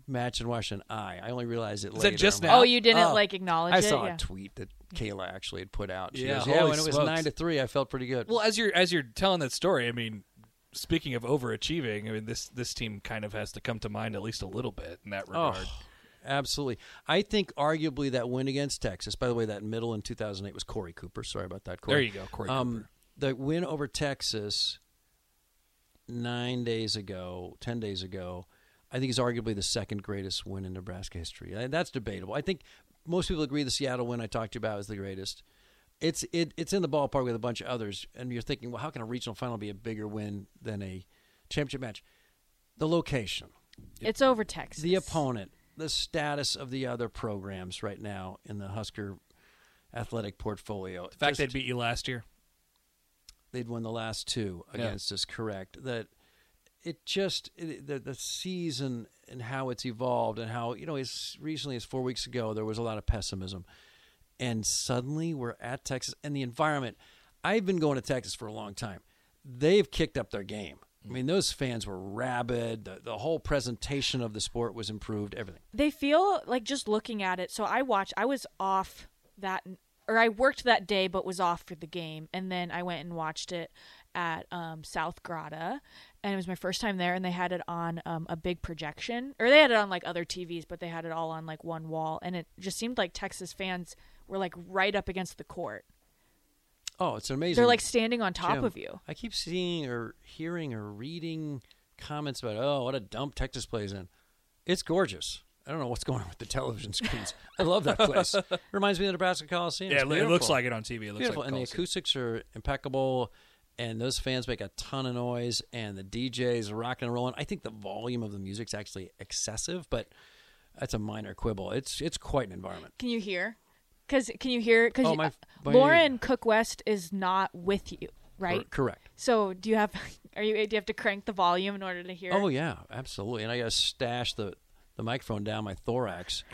match in Washington? I I only realized it that later. just I'm now? Oh, you didn't Oh, like acknowledge I it. saw yeah. a tweet that Kayla actually had put out. She Yeah, goes, yeah, holy when it was smokes. nine to three, I felt pretty good. Well, as you're as you're telling that story, I mean, speaking of overachieving, I mean this this team kind of has to come to mind at least a little bit in that regard. Absolutely. I think arguably that win against Texas, by the way, that middle in 2008 was Corey Cooper. Sorry about that, Corey. there you go, Corey. Um, the win over Texas nine days ago, 10 days ago, I think is arguably the second greatest win in Nebraska history. And that's debatable. I think most people agree the Seattle win I talked to you about is the greatest. It's it, it's in the ballpark with a bunch of others, and you're thinking, well, how can a regional final be a bigger win than a championship match? The location It's over Texas. the opponent, the status of the other programs right now in the Husker athletic portfolio. in fact, they'd beat you last year. they'd won the last two Yeah. against us, correct? That it just it, the the season and how it's evolved and how you know as recently as four weeks ago there was a lot of pessimism, and suddenly we're at Texas and the environment. I've been going to Texas for a long time. They've kicked up their game. I mean, those fans were rabid. The, the whole presentation of the sport was improved. Everything. they feel like just looking at it. So I watched. I was off that, or I worked that day, but was off for the game, and then I went and watched it at um, South Grotto, and it was my first time there, and they had it on um, a big projection, or they had it on like other TVs, but they had it all on like one wall, and it just seemed like Texas fans were like right up against the court. Oh, it's an amazing. They're like standing on top Jim, of you. I keep seeing or hearing or reading comments about, oh, what a dump Texas plays in. It's gorgeous. I don't know what's going on with the television screens. I love that place. Reminds me of the Nebraska Coliseum. Yeah, It's it, it looks beautiful. like it on TV. It looks beautiful, like and the Colts. acoustics are impeccable. And those fans make a ton of noise, and the DJs rocking and rolling. I think the volume of the music's actually excessive, but that's a minor quibble. It's it's quite an environment. Can you hear? Because can you hear? Because Oh, my- my- Lauren Cook West is not with you, right? Cor- correct. So do you have are you do you have to crank the volume in order to hear? Oh yeah, absolutely. And I gotta stash the the microphone down my thorax.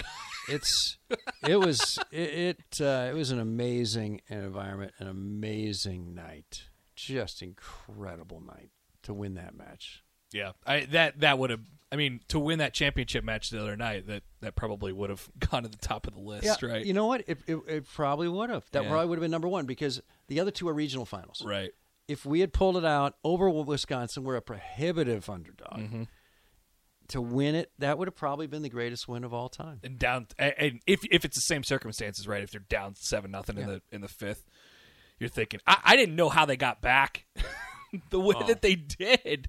It's it was it it, uh, it was an amazing environment, an amazing night, just incredible night to win that match. Yeah, I that that would have. I mean, to win that championship match the other night, that that probably would have gone to the top of the list, right? You know what? It it, it probably would have. That Yeah. probably would have been number one because the other two are regional finals. right. if we had pulled it out over Wisconsin, we're a prohibitive underdog. Mm-hmm. To win it, that would have probably been the greatest win of all time. and down and- and if if it's the same circumstances right if they're down seven nothing in Yeah. the in the fifth you're thinking i, I didn't know how they got back the way that they did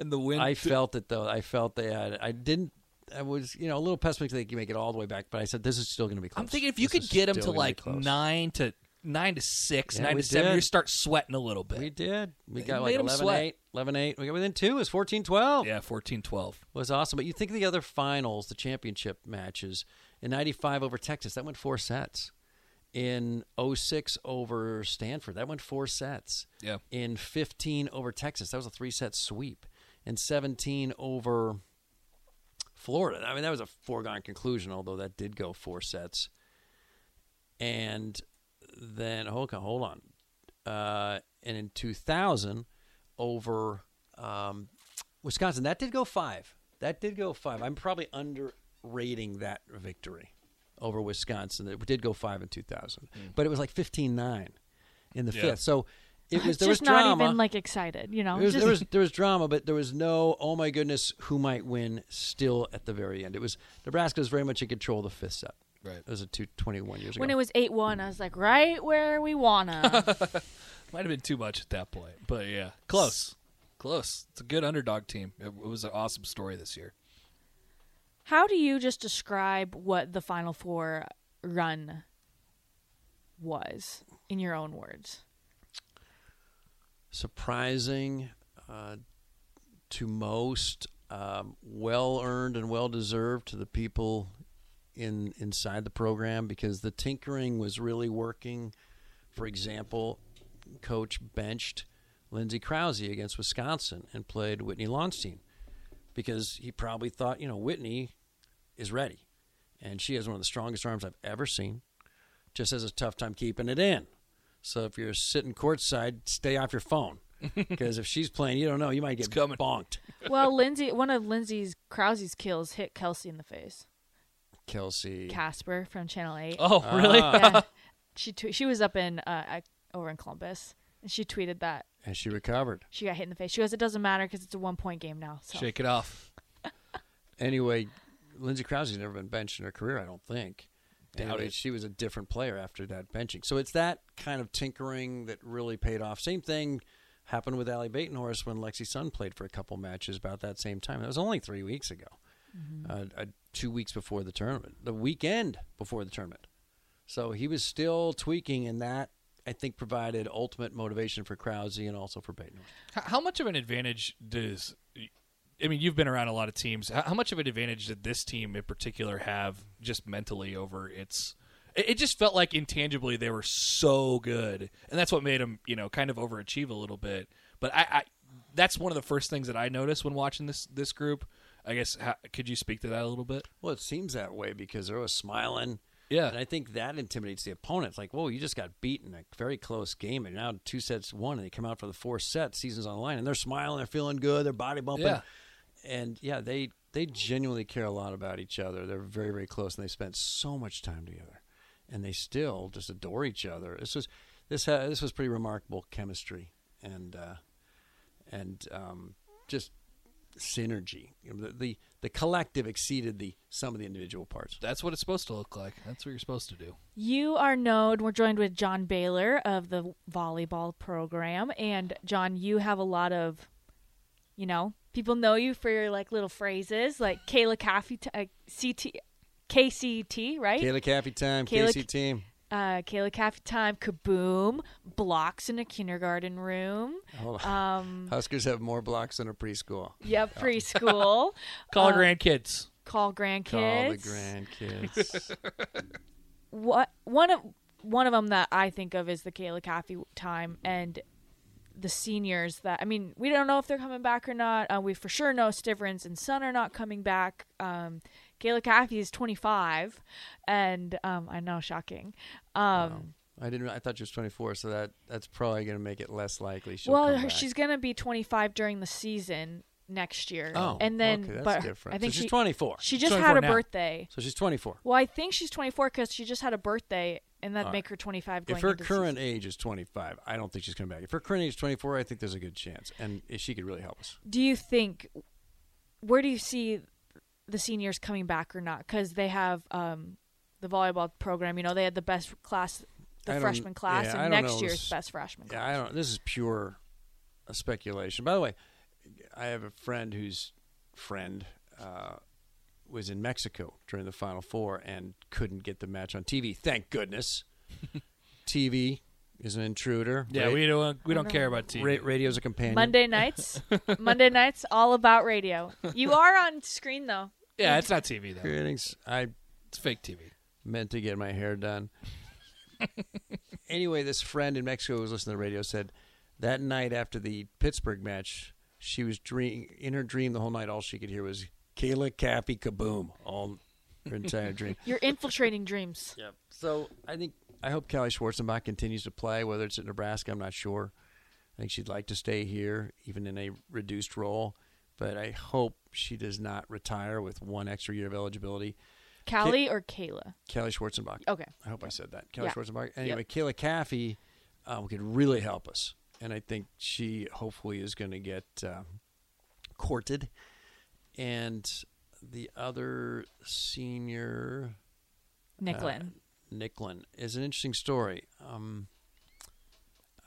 and the win Oh. I felt it though. I felt they had. I didn't. I was, you know, a little pessimistic. They could make it all the way back, but I said this is still going to be close. i'm thinking if you This could is get them still to gonna be like close. nine to nine to six Yeah, nine we to seven you did. start sweating a little bit we did. We They got made like 'em 11 sweat. 8, 11 8. We got within two. It was 14 12. yeah 14 12 was awesome. But you think of the other finals, the championship matches in 95 over Texas, that went four sets. In 06 over Stanford, that went four sets. Yeah. In 15 over Texas, that was a three set sweep. In 17 over Florida, I mean, that was a foregone conclusion, although that did go four sets. And then, hold on, hold on. Uh, and in 2000 over um, Wisconsin. That did go five. That did go five. I'm probably underrating that victory over Wisconsin. It did go five in 2000, but it was like 15-9 in the Yeah. fifth. So it was there just was not drama. even like excited, you know. There was, just, there was there was drama, but there was no oh my goodness who might win still at the very end. It was Nebraska was very much in control of the fifth set. Right, it was a two, 21 years ago. when it was eight one, I was like, right where we wanna. Might have been too much at that point, but yeah, close, close. It's a good underdog team. It, it was an awesome story this year. How do you just describe what the Final Four run was in your own words? surprising uh, to most, um, well earned and well deserved to the people in inside the program because the tinkering was really working. For example, coach benched Lindsey Krause against Wisconsin and played Whitney Lonstein because he probably thought, you know, Whitney is ready and she has one of the strongest arms I've ever seen. Just has a tough time keeping it in. So if you're sitting courtside, stay off your phone because if she's playing, you don't know, you might get coming. bonked. Well, Lindsay, one of Lindsay's Krause's kills hit Kelsey in the face. Kelsey, Casper from Channel Eight. Oh, really? Yeah. she tw- she was up in uh, I, over in Columbus, and she tweeted that and she recovered. she got hit in the face. She goes, "It doesn't matter because it's a one point game now." So Shake it off. Anyway, Lindsey Krause's never been benched in her career, I don't think. Doubt Anyway, it. She was a different player after that benching. So it's that kind of tinkering that really paid off. Same thing happened with Allie Batenhorst when Lexi Sun played for a couple matches about that same time. That was only three weeks ago, Mm-hmm. uh, uh, two weeks before the tournament, the weekend before the tournament. So he was still tweaking, and that, I think, provided ultimate motivation for Krause and also for Batenhorst. How, how much of an advantage does? I mean, you've been around a lot of teams. How, how much of an advantage did this team in particular have just mentally over its? It, it just felt like intangibly they were so good, and that's what made them, you know, kind of overachieve a little bit. But I, I that's one of the first things that I noticed when watching this this group. I guess how, could you speak to that a little bit? Well, it seems that way because they're always smiling. Yeah. And I think that intimidates the opponents. Like, whoa, you just got beaten a very close game, and now two sets one, and they come out for the fourth set, seasons on the line, and they're smiling, they're feeling good, they're body bumping. Yeah. And yeah, they they genuinely care a lot about each other. They're very, very close, and they spent so much time together, and they still just adore each other. This was this ha- this was pretty remarkable chemistry, and uh, and um, just synergy. You know, the, the the collective exceeded the sum of the individual parts. That's what it's supposed to look like. That's what you're supposed to do. you are known. We're joined with John Baylor of the volleyball program, and John, you have a lot of, you know, people know you for your like little phrases, like Kayla Caffey, t- uh, CT, KCT, right? Kayla Caffey time, Kayla- KC team. uh, Kayla Cafe Time, Kaboom, Blocks in a Kindergarten Room. Hold on. Huskers have more blocks than a preschool. Yep, preschool. Call grandkids. Call grandkids. Call the grandkids. What one of one of them that I think of is the Kayla Cafe Time and the seniors that I mean we don't know if they're coming back or not. Uh, we for sure know Stiverins and Son are not coming back. Um, Kayla Caffey is 25, and um, I know shocking. Um, I didn't. I thought she was 24, so that that's probably going to make it less likely. She'll well, come her, back. she's gonna be 25 during the season next year. Oh, and then okay, that's but her- different. I think So she's she- 24. She just 24 had a now. birthday. so she's 24. Well, I think she's 24 because she just had a birthday, and that'd make her 25 going If her into the season. current age is 25, I don't think she's coming back. If her current age is 24, I think there's a good chance, and she could really help us. Do you think? Where do you see the seniors coming back or not? Because they have um, the volleyball program. You know, they had the best class, I the don't- freshman class, yeah, I and don't next know. year's This- best freshman Yeah, class. I don't. This is pure uh, speculation. By the way, I have a friend whose friend uh, was in Mexico during the Final Four and couldn't get the match on TV. Thank goodness, TV is an intruder. Yeah, Ra- we don't we don't care about TV. ra- radio's a companion. Monday nights, Monday nights, all about radio. You are on screen though. Yeah, it's not TV though. Greetings. I It's fake TV. meant to get my hair done. anyway, this friend in Mexico who was listening to the radio said that night after the Pittsburgh match, she was dream in her dream the whole night. All she could hear was Kayla Cappy Kaboom all her entire dream. You're infiltrating dreams. Yep. So I think I hope Kelly Schwarzenbach continues to play. Whether it's at Nebraska, I'm not sure. I think she'd like to stay here, even in a reduced role. but I hope she does not retire with one extra year of eligibility. Callie or Kayla? Kelly Schwarzenbach. Okay. I hope I said that. Kelly Yeah. Schwarzenbach. Anyway, Kayla Caffey um, could really help us. And I think she hopefully is going to get uh, courted. And the other senior, Uh, Nicklin. Nicklin, is an interesting story. Um,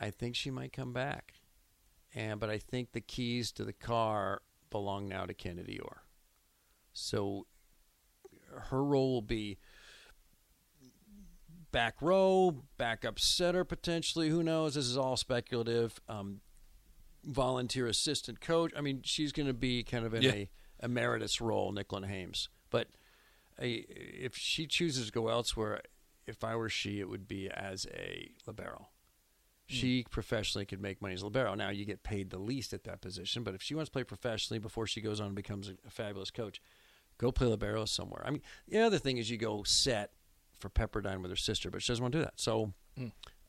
I think she might come back. And But I think the keys to the car belong now to Kennedy Orr. So her role will be back row, backup setter potentially. Who knows? This is all speculative. Um, volunteer assistant coach. I mean, she's going to be kind of in Yeah. a emeritus role, Nicklin Hames. But a, if she chooses to go elsewhere, if I were she, it would be as a libero. She professionally could make money as a libero. Now you get paid the least at that position, but if she wants to play professionally before she goes on and becomes a, a fabulous coach, go play libero somewhere. I mean, the other thing is you go set for Pepperdine with her sister, but she doesn't want to do that. So,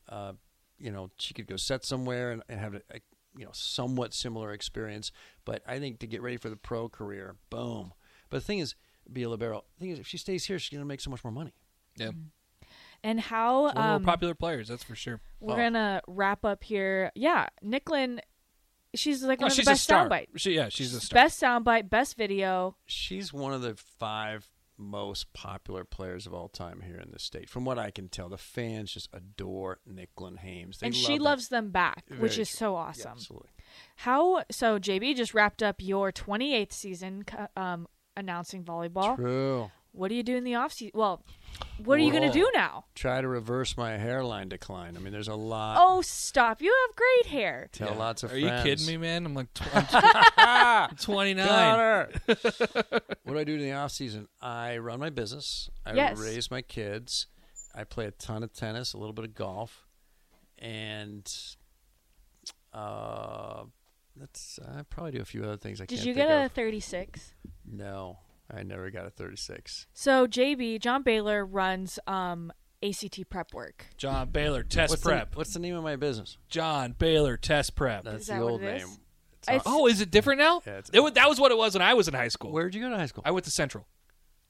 uh, you know, she could go set somewhere and, and have a, a you know somewhat similar experience. But I think to get ready for the pro career, boom. But the thing is, be a libero. The thing is, if she stays here, she's going to make so much more money. Yeah. And how One of um, the more popular players, that's for sure. we're gonna wrap up here. Yeah, Nicklin, she's like No, Oh, one of Oh, she's the best a star. soundbite. She, yeah, she's a star. Best soundbite, best video. She's one of the five most popular players of all time here in the state, from what I can tell. The fans just adore Nicklin Hames, They and love she that. loves them back, Very which is true. so Yeah, awesome. absolutely. How so? JB just wrapped up your 28th season co- um, announcing volleyball. True. What do you do in the off season? Well, what are you gonna Whoa. do now? Try to reverse my hairline decline. I mean, there's a lot. Oh, stop! You have great hair. Tell lots of Are friends. you kidding me, man? I'm like, tw- I'm tw- 29. what do I do in the off season? I run my business. I Yes. raise my kids. I play a ton of tennis, a little bit of golf, and uh, that's I probably do a few other things. I Did can't you think get a of. 36? no, I never got a thirty-six. So JB John Baylor runs um, ACT prep work. John Baylor, test what's prep. The, what's the name of my business? John Baylor, test prep. That's Is the that what old it name. is? It's- oh, is it different now? Yeah, it's- It wa- that was what it was when I was in high school. Where'd you go to high school? I went to Central,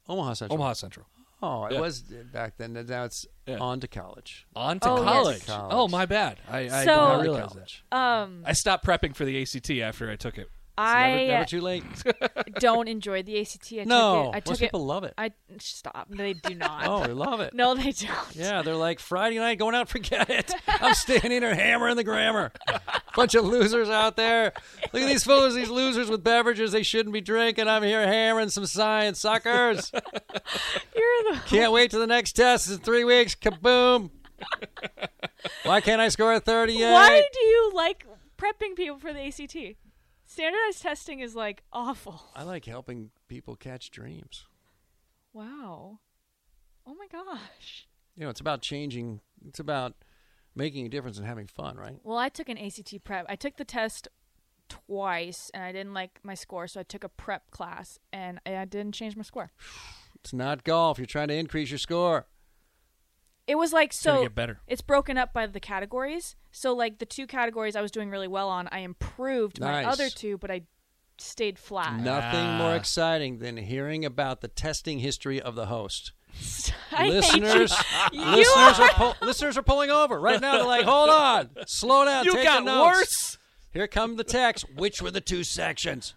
Omaha Central. Omaha Central. Oh, it Yeah. was back then. Now it's Yeah. on to college. On to Oh, yes. college. College. Oh, my bad. I, I So- did On not to realize that. college. um, I stopped prepping for the ACT after I took it. I never, never too late. don't enjoy the ACT. I No, took it. I uh, most took people it. love it. I stop. They do not. Oh, they love it. No, they don't. Yeah, they're like Friday night going out. Forget it. I'm standing there hammering the grammar. Bunch of losers out there. Look at these fools, these losers with beverages they shouldn't be drinking. I'm here hammering some science, suckers. You're the Can't wait till the next test in three weeks. Kaboom. Why can't I score a 38? Why do you like prepping people for the ACT? Standardized testing is like awful. I like helping people catch dreams. Wow. Oh my gosh. You know, it's about changing. It's about making a difference and having fun, right? Well, I took an ACT prep. I took the test twice and I didn't like my score, so I took a prep class and I didn't change my score. It's not golf. You're trying to increase your score. It was like gonna so get better. It's broken up by the categories. So like the two categories I was doing really well on, I improved my Nice. other two, but I stayed flat. Nothing more exciting than hearing about the testing history of the host. I hate you. listeners, You listeners are, pull listeners are pulling over right now. They're like, "Hold on, slow down." You take got the notes. worse. Here come the text. Which were the two sections?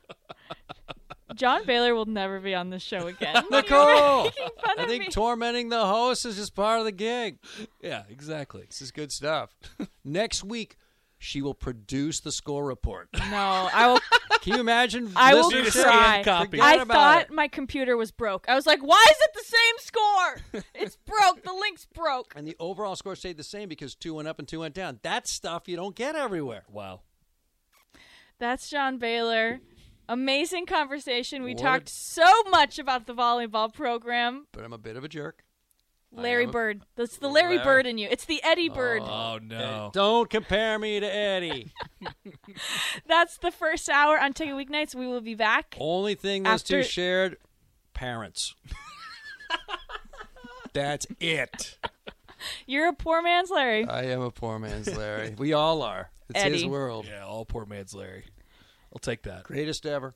John Baylor will never be on this show again. Nicole, fun I of think me. tormenting the host is just part of the gig. Yeah, exactly. This is good stuff. Next week, she will produce the score report. no, I will. Can you imagine? I will listenership? cry. copy. Forget I about thought it. my computer was broke. I was like, "Why is it the same score? It's broke. The link's broke." And the overall score stayed the same because two went up and two went down. That's stuff you don't get everywhere. Wow. That's John Baylor. Amazing conversation. We What a- talked so much about the volleyball program. But I'm a bit of a jerk. Larry Bird. That's the Larry Larry. Bird in you. It's the Eddie Bird. Oh no. Don't compare me to Eddie. That's the first hour on Ticket Weeknights. We will be back. Only thing those two After- shared parents. That's it. You're a poor man's Larry. I am a poor man's Larry. We all are. It's his Eddie. world. Yeah, all poor man's Larry. I'll take that. Greatest ever.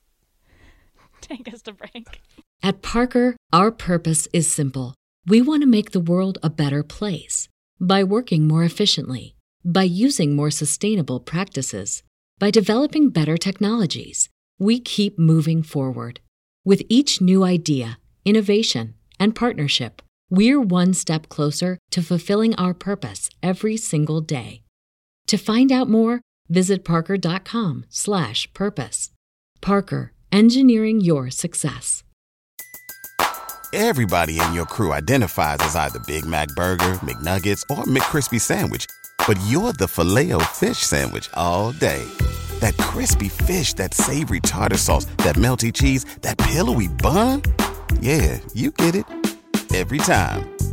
Take us to break. At Parker, our purpose is simple. We want to make the world a better place by working more efficiently, by using more sustainable practices, by developing better technologies. We keep moving forward. With each new idea, innovation, and partnership, we're one step closer to fulfilling our purpose every single day. To find out more, visit parker.com/purpose. Parker, engineering your success. Everybody in your crew identifies as either Big Mac Burger, McNuggets, or McCrispy Sandwich. But you're the filet fish Sandwich all day. That crispy fish, that savory tartar sauce, that melty cheese, that pillowy bun. Yeah, you get it. Every time.